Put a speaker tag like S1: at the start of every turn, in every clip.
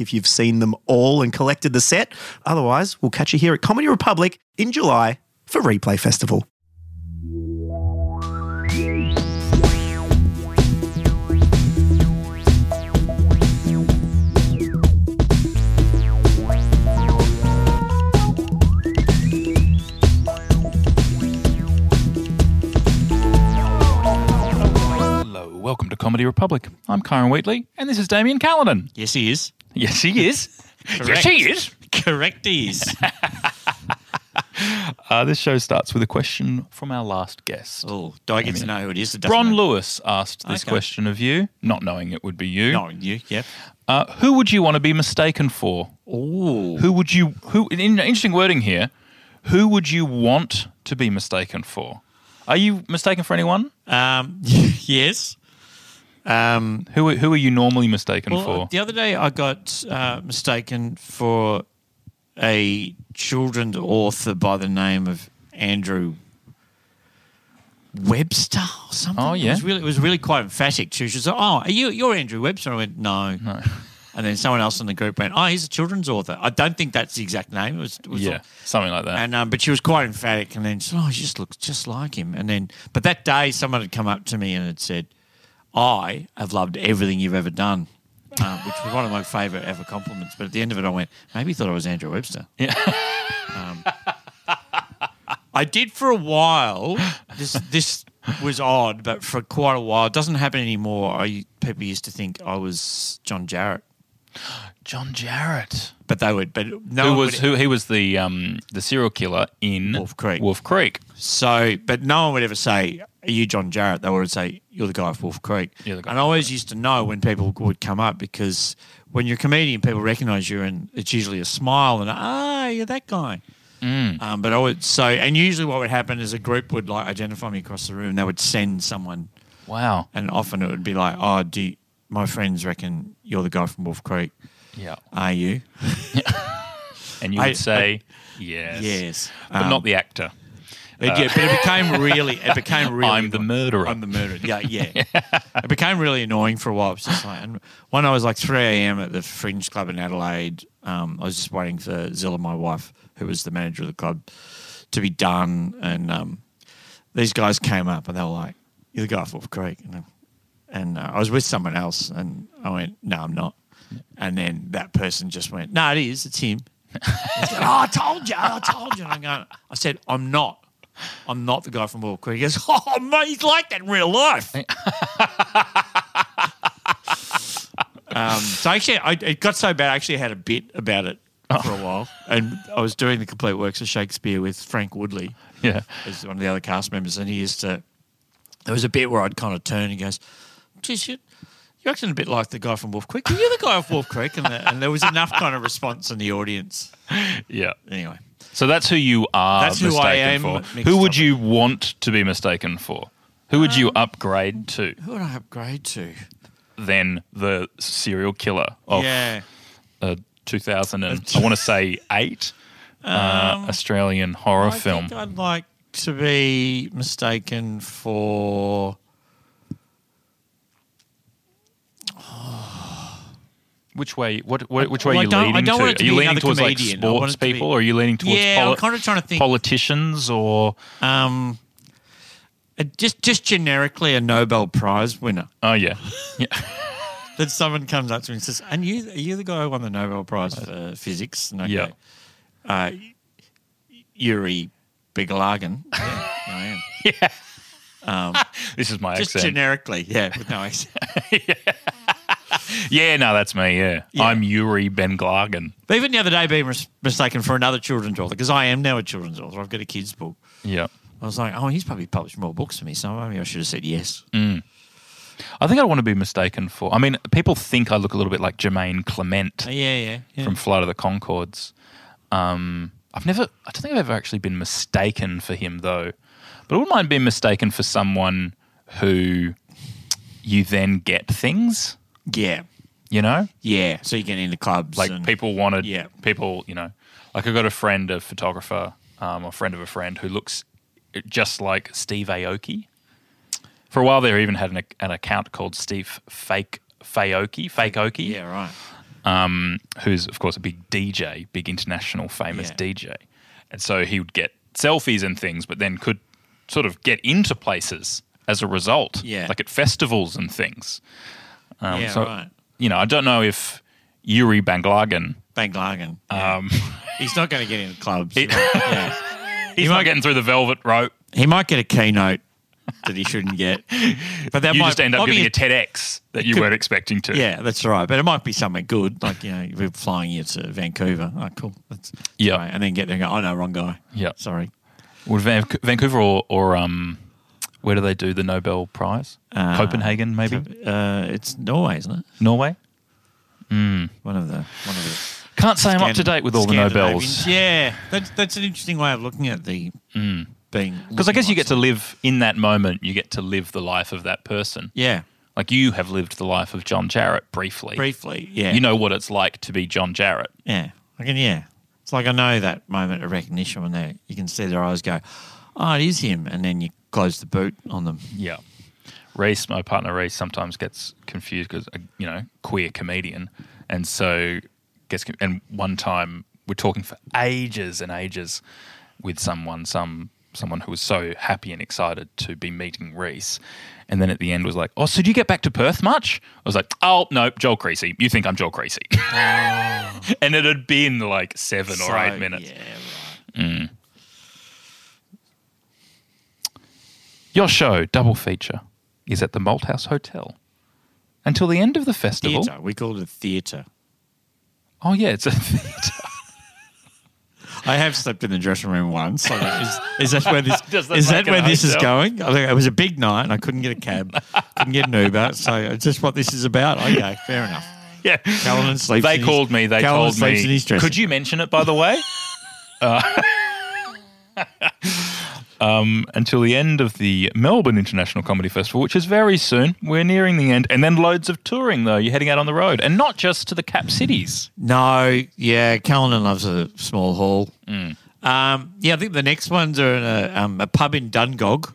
S1: if you've seen them all and collected the set. Otherwise, we'll catch you here at Comedy Republic in July for Replay Festival.
S2: Hello, welcome to Comedy Republic. I'm Kyron Wheatley, and this is Damien Callanan.
S3: Yes, he is.
S2: Yes, he is. yes, he is.
S3: Correct, he is.
S2: Uh, this show starts with a question from our last guest.
S3: oh, do I get to know who it is? It doesn't
S2: Bron
S3: matter.
S2: Lewis asked this
S3: Okay.
S2: question of you, not knowing it would be you.
S3: No, you. Yep.
S2: Uh, who would you want to be mistaken for?
S3: Ooh.
S2: Who would you? Who? in- in- Interesting wording here. Who would you want to be mistaken for? Are you mistaken for anyone?
S3: Um, yes. Um,
S2: Who? Who are you normally mistaken
S3: well,
S2: for?
S3: the other day I got uh, mistaken for a children's author by the name of Andrew Webster or something.
S2: Oh,
S3: It
S2: yeah.
S3: was really, it was really quite emphatic. too. She was like, "Oh, are you you're Andrew Webster?" I went, "No." No. And then someone else in the group went, "Oh, he's a children's author." I don't think that's the exact name. It was, it was
S2: Yeah, something like that.
S3: And um, but she was quite emphatic, and then she said, "Oh, she just looks just like him." And then, but that day, someone had come up to me and had said, "I have loved everything you've ever done," um, which was one of my favourite ever compliments. But at the end of it, I went, "Maybe he thought I was Andrew Webster."
S2: Yeah.
S3: um, I did for a while. This this was odd, but for quite a while, it doesn't happen anymore. I people used to think I was John Jarrett,
S2: John Jarrett.
S3: but they would. But no,
S2: who
S3: one
S2: was
S3: would-
S2: who? He was the um, the serial killer in
S3: Wolf Creek.
S2: Wolf Creek.
S3: So, but no one would ever say, Are you John Jarrett? They would say, You're the guy off Wolf Creek.
S2: You're the guy
S3: and I always used to know when people would come up because when you're a comedian, people recognize you and it's usually a smile and, Ah, you're that guy.
S2: Mm.
S3: Um, but I would, so, and usually what would happen is a group would like identify me across the room. They would send someone,
S2: Wow.
S3: and often it would be like, Oh, do you, my friends reckon you're the guy from Wolf Creek.
S2: Yeah.
S3: Are you?
S2: And you
S3: I-
S2: would say yes, Uh, but
S3: Um,
S2: not the actor.
S3: But, yeah, but it became really, it became really.
S2: I'm the murderer.
S3: I'm the murderer. Yeah, yeah. it became really annoying for a while. It was just like, and when I was like 3 a.m. at the Fringe Club in Adelaide, um, I was just waiting for Zilla, my wife, who was the manager of the club, to be done. And um, these guys came up and they were like, "You're the guy from Wolf Creek," and, I- and uh, I was with someone else, and I went, "No, I'm not." And then that person just went, "No, it is. It's him." He's like, oh, I told you. I told you. And I'm going, I said, I'm not. I'm not the guy from Wolf Creek. He goes, oh, mate, he's like that in real life. um, so actually, I, it got so bad, I actually had a bit about it for a while. And I was doing the complete works of Shakespeare with Frank Woodley
S2: yeah.
S3: as one of the other cast members, and he used to. There was a bit where I'd kind of turn and he goes, "Geez, you, you're acting a bit like the guy from Wolf Creek. You're the guy off Wolf Creek," and, the, and there was enough kind of response in the audience.
S2: Yeah.
S3: Anyway,
S2: So that's who you are
S3: That's who I
S2: mistaken
S3: am
S2: for.
S3: mixed
S2: Who would
S3: up. Um,
S2: you want to be mistaken for? Who would you upgrade to
S3: who would I upgrade to?
S2: than the serial killer of
S3: yeah,
S2: uh, 2000 and I want to say 8 uh, Australian horror
S3: Um, I
S2: film?
S3: Think I'd like to be mistaken for.
S2: Which way? What? what which way
S3: Well,
S2: are
S3: I
S2: you
S3: don't- I
S2: leaning
S3: don't
S2: to?
S3: want it
S2: Are
S3: to
S2: you
S3: be
S2: leaning
S3: another
S2: towards like
S3: comedian. I want
S2: sports
S3: it to be-
S2: people, or are you leaning towards
S3: Yeah, I'm
S2: poli-
S3: kinda trying to think.
S2: politicians or?
S3: Um, a- just just generically a Nobel Prize winner.
S2: Oh yeah, yeah.
S3: that someone comes up to me and says, "And you, are you the guy who won the Nobel Prize for physics?" And I go,
S2: Yeah.
S3: Uh, Yuri Bigelagan. yeah, I am.
S2: This is my
S3: Just
S2: accent.
S3: generically, yeah, with no accent.
S2: yeah, no, that's me. Yeah,
S3: Yeah.
S2: I'm Yuri Ben Glagan.
S3: but even the other day, being mis- mistaken for another children's author because I am now a children's author. I've got a kids book.
S2: Yeah,
S3: I was like, oh, he's probably published more books than me, so maybe I should have said yes.
S2: I think I want to be mistaken for. I mean, people think I look a little bit like Jermaine Clement
S3: Oh, Yeah, yeah, yeah.
S2: from Flight of the Concords. Um, I've never, I don't think I've ever actually been mistaken for him though. But I wouldn't mind being mistaken for someone who you then get things,
S3: yeah,
S2: you know?
S3: yeah. So you get into clubs,
S2: Like
S3: and-
S2: people wanted,
S3: Yeah.
S2: people, you know, like I've got a friend, a photographer, um, a friend of a friend who looks just like Steve Aoki. For a while there, he even had an, an account called Steve Fake Fayoki, Fake Oki.
S3: Yeah, right.
S2: who's of course a big DJ, big international famous
S3: Yeah.
S2: DJ. And so he would get selfies and things, but then could sort of get into places as a result,
S3: Yeah.
S2: like at festivals and things. Um,
S3: yeah,
S2: so,
S3: right.
S2: you know, I don't know if Yuri Banglagan,
S3: Bank Largan.
S2: um,
S3: He's not going to get into clubs. yeah.
S2: he's not getting through the velvet rope.
S3: He might get a keynote that he shouldn't get, but that
S2: you
S3: might
S2: just end up
S3: might be
S2: getting a TEDx that you
S3: could-
S2: weren't expecting to.
S3: Yeah, that's right. But it might be somewhere good, like you know, we're flying you to Vancouver. Oh, cool. That's
S2: Yeah.
S3: great. and then get there and go. Oh no, wrong guy.
S2: Yeah.
S3: sorry.
S2: Would Van- Vancouver or, or um, where do they do the Nobel Prize? Copenhagen, maybe?
S3: Uh, it's Norway, isn't it?
S2: Norway?
S3: One of the one of the
S2: Can't say I'm up to date with all the Nobels.
S3: Scandinavians. Yeah, that's that's an interesting way of looking at the being
S2: Mm. Because I guess you get to live in that moment, you get to live the life of that person.
S3: yeah
S2: Like you have lived the life of John Jarrett briefly.
S3: briefly yeah
S2: You know what it's like to be John Jarrett.
S3: yeah I can yeah it's like I know that moment of recognition when they you can see their eyes go oh it is him and then you close the boot on them
S2: Yeah. Reese, my partner Reese, sometimes gets confused because, you know, queer comedian. And so gets, con- and one time we're talking for ages and ages with someone, some someone who was so happy and excited to be meeting Reese. And then at the end was like, oh, so do you get back to Perth much? I was like, oh, no, Joel Creasy. You think I'm Joel Creasy. and it had been like seven or eight
S3: Oh. So,
S2: minutes.
S3: yeah right.
S2: Your show, Double Feature, is at the Malthouse Hotel. Until the end of the festival.
S3: theater we called it a theater
S2: Oh yeah, it's a theatre.
S3: I have slept in the dressing room once. So is, is that where this
S2: Does that
S3: is that
S2: make
S3: where
S2: an
S3: this is
S2: hotel?
S3: going? I think it was a big night, and I couldn't get a cab, couldn't get an Uber. So it's just what this is about. Okay, fair enough.
S2: yeah.
S3: Callanan sleeps.
S2: They
S3: in
S2: called
S3: his,
S2: me. They
S3: Callanan
S2: told
S3: sleeps
S2: me.
S3: In his dressing
S2: Could you mention it, by the way? Uh, um, until the end of the Melbourne International Comedy Festival, which is very soon. We're nearing the end, and then loads of touring though. You're heading out on the road, and not just to the cap cities.
S3: room? No, yeah. Callanan loves a small hall.
S2: Mm.
S3: Um, yeah, I think the next ones are in a, um, a pub in Dungog.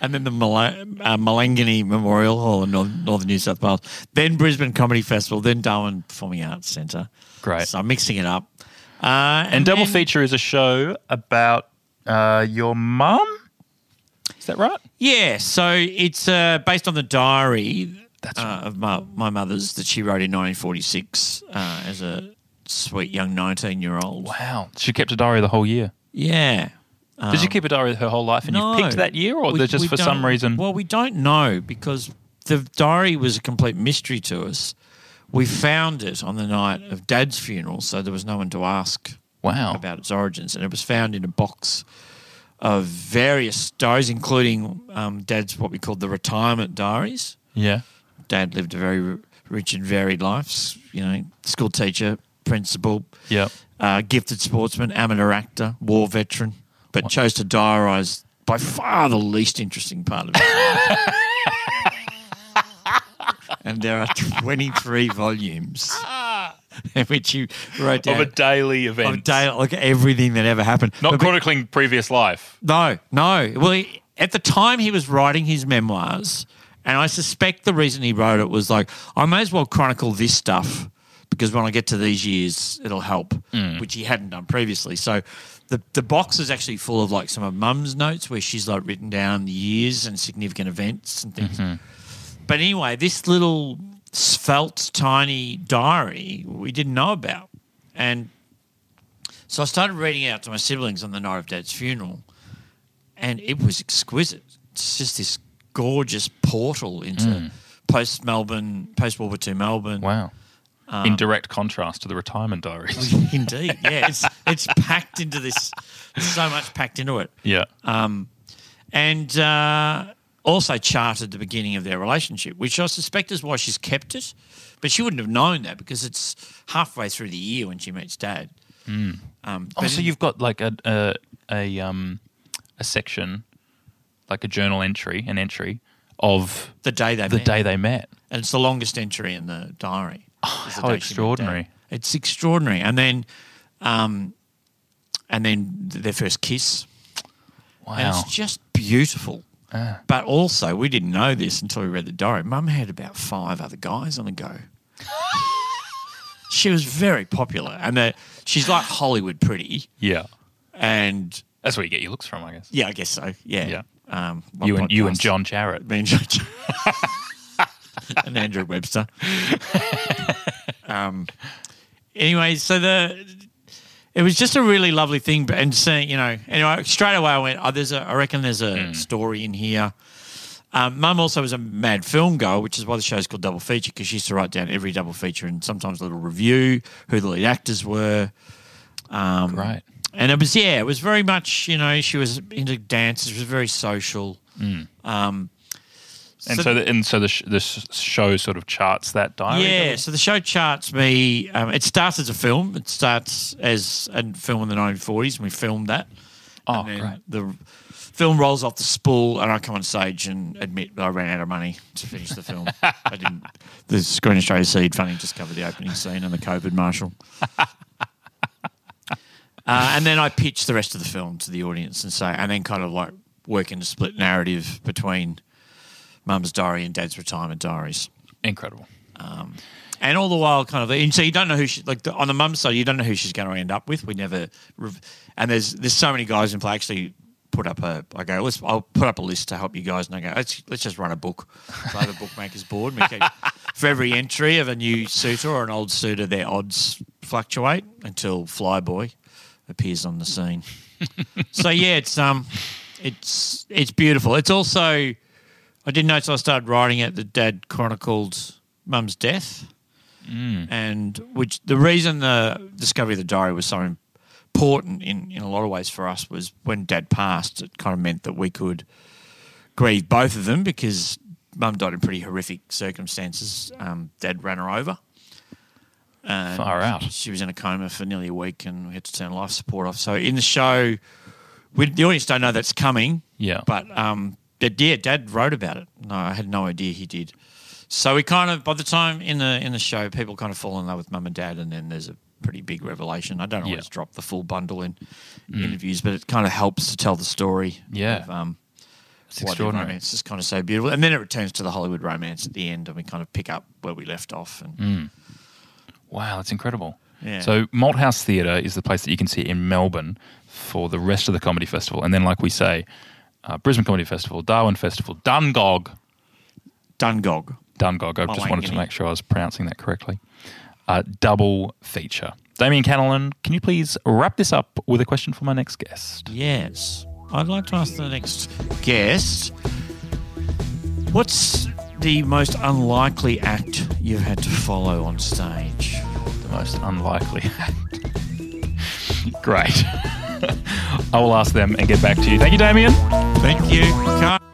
S3: And then the Mala- uh, Malangani Memorial Hall in North- Northern New South Wales, then Brisbane Comedy Festival, then Darwin Performing Arts Centre.
S2: Great.
S3: So I'm mixing it up. Uh,
S2: And Double
S3: then-
S2: Feature is a show about uh, your mum. Is that right?
S3: Yeah, so it's uh, based on the diary uh, of my, my mother's that she wrote in 1946 uh, as a sweet young 19 year old.
S2: Wow, she kept a diary the whole year.
S3: Yeah.
S2: Did you keep a diary her whole life and you picked that year, or
S3: Oh. We-
S2: there's just
S3: we
S2: for
S3: don't-
S2: some reason?
S3: Well, we don't know because the diary was a complete mystery to us. We found it on the night of Dad's funeral, so there was no one to ask
S2: wow.
S3: about its origins, and it was found in a box of various diaries, including um, Dad's what we called the retirement diaries.
S2: yeah.
S3: Dad lived a very r- rich and varied life. s- You know, school teacher, principal,
S2: Yeah.
S3: uh, gifted sportsman, amateur actor, war veteran, but chose to diarise by far the least interesting part of his life. and there are 23 volumes in which you wrote down
S2: Ah. Of a daily
S3: of
S2: event.
S3: day, like everything that ever happened.
S2: Not
S3: But-
S2: chronicling previous life.
S3: no, no. Well, he, at the time he was writing his memoirs, and I suspect the reason he wrote it was like, I may as well chronicle this stuff because when I get to these years, it'll help, which he hadn't done previously. So the, the box is actually full of like some of mum's notes where she's like written down the years and significant events and things. But anyway, this little svelte, tiny diary we didn't know about. And so I started reading it out to my siblings on the night of dad's funeral and it was exquisite. It's just this gorgeous portal into post Melbourne, post World War II Melbourne.
S2: Wow. In direct contrast to the retirement diaries.
S3: Indeed, yeah, it's, it's packed into this. There's so much packed into it.
S2: Yeah.
S3: Um, and uh, also charted the beginning of their relationship, which I suspect is why she's kept it. But she wouldn't have known that because it's halfway through the year when she meets dad. Um,
S2: Oh,
S3: but
S2: so
S3: in-
S2: you've got like a a, a um a section, like a journal entry, an entry of
S3: the day they
S2: the
S3: met.
S2: day they met.
S3: and it's the longest entry in the diary. is the
S2: Oh, how
S3: day she met
S2: extraordinary.
S3: Dad. It's extraordinary. And then, um, and then th- their first kiss. And
S2: Wow. Ah.
S3: it's just beautiful. But also, we didn't know this until we read the diary. Mum had about five other guys on the go. she was very popular, and the, she's like Hollywood pretty.
S2: Yeah.
S3: And
S2: That's where you get your looks from, I guess.
S3: yeah, I guess so. Yeah.
S2: Yeah.
S3: Um, my
S2: You and you and
S3: podcast.
S2: John Jarrett.
S3: Me and Judge. and Andrew Webster. um, anyway, so the it was just a really lovely thing, but and seeing you know, anyway, straight away I went, oh, there's a, I reckon there's a story in here. Um, Mum also was a mad film goer, which is why the show's called Double Feature because she used to write down every double feature and sometimes a little review who the lead actors were. Um,
S2: Right.
S3: and it was yeah, it was very much you know she was into dance. It was very social. Um,
S2: And
S3: so-
S2: so, the, and so the sh- the sh- show sort of charts that diary.
S3: yeah,
S2: does it?
S3: so the show charts me. Um, it starts as a film. It starts as a film in the 1940s, and we filmed that.
S2: Oh,
S3: and then
S2: great.
S3: The film rolls off the spool, and I come on stage and admit that I ran out of money to finish the film. I didn't. The Screen Australia seed funding just covered the opening scene and the COVID marshal. Uh, and then I pitch the rest of the film to the audience and say, and then kind of like work in a split narrative between Mum's diary and Dad's retirement diaries.
S2: Incredible.
S3: And all the while, kind of, and so you don't know who she like the, on the mum's side. You don't know who she's going to end up with. We never, rev- and there's there's so many guys in play. I Actually, put up a I go let's I'll put up a list to help you guys, and I go let's let's just run a book. So I have a bookmakers board. And we keep, for every entry of a new suitor or an old suitor, their odds fluctuate until Flyboy appears on the scene. so yeah, it's um, it's it's beautiful. It's also I didn't know till I started writing it that Dad chronicled Mum's death and which the reason the discovery of the diary was so important in, in a lot of ways for us was when dad passed it kind of meant that we could grieve both of them because mum died in pretty horrific circumstances um, dad ran her over and
S2: Far out.
S3: she was in a coma for nearly a week and we had to turn life support off so in the show we, the audience don't know that's coming
S2: Yeah.
S3: but um, but yeah, Dad wrote about it. No, I had no idea he did. So we kind of by the time in the in the show, people kind of fall in love with Mum and Dad, and then there's a pretty big revelation. I don't always
S2: Yeah. Mm.
S3: drop the full bundle in interviews, but it kind of helps to tell the story.
S2: Yeah.
S3: of, um,
S2: It's
S3: why the
S2: extraordinary.
S3: romance is kind of so beautiful, and then it returns to the Hollywood romance at the end, and we kind of pick up where we left off. And
S2: Mm. Wow, that's incredible.
S3: Yeah.
S2: So Malthouse Theatre is the place that you can see in Melbourne for the rest of the comedy festival, and then, like we say, uh, Brisbane Comedy Festival, Darwin Festival, Dungog,
S3: Dungog,
S2: Dungog. I just wanted to
S3: Mulwangini.
S2: make sure I was pronouncing that correctly. Uh, double feature. Damien Cannellan, can you please wrap this up with a question for my next guest?
S3: yes, I'd like to ask the next guest. What's the most unlikely act you've had to follow on stage?
S2: The most unlikely. Great. I will ask them and get back to you. Thank you, Damien.
S3: Thank you. Car-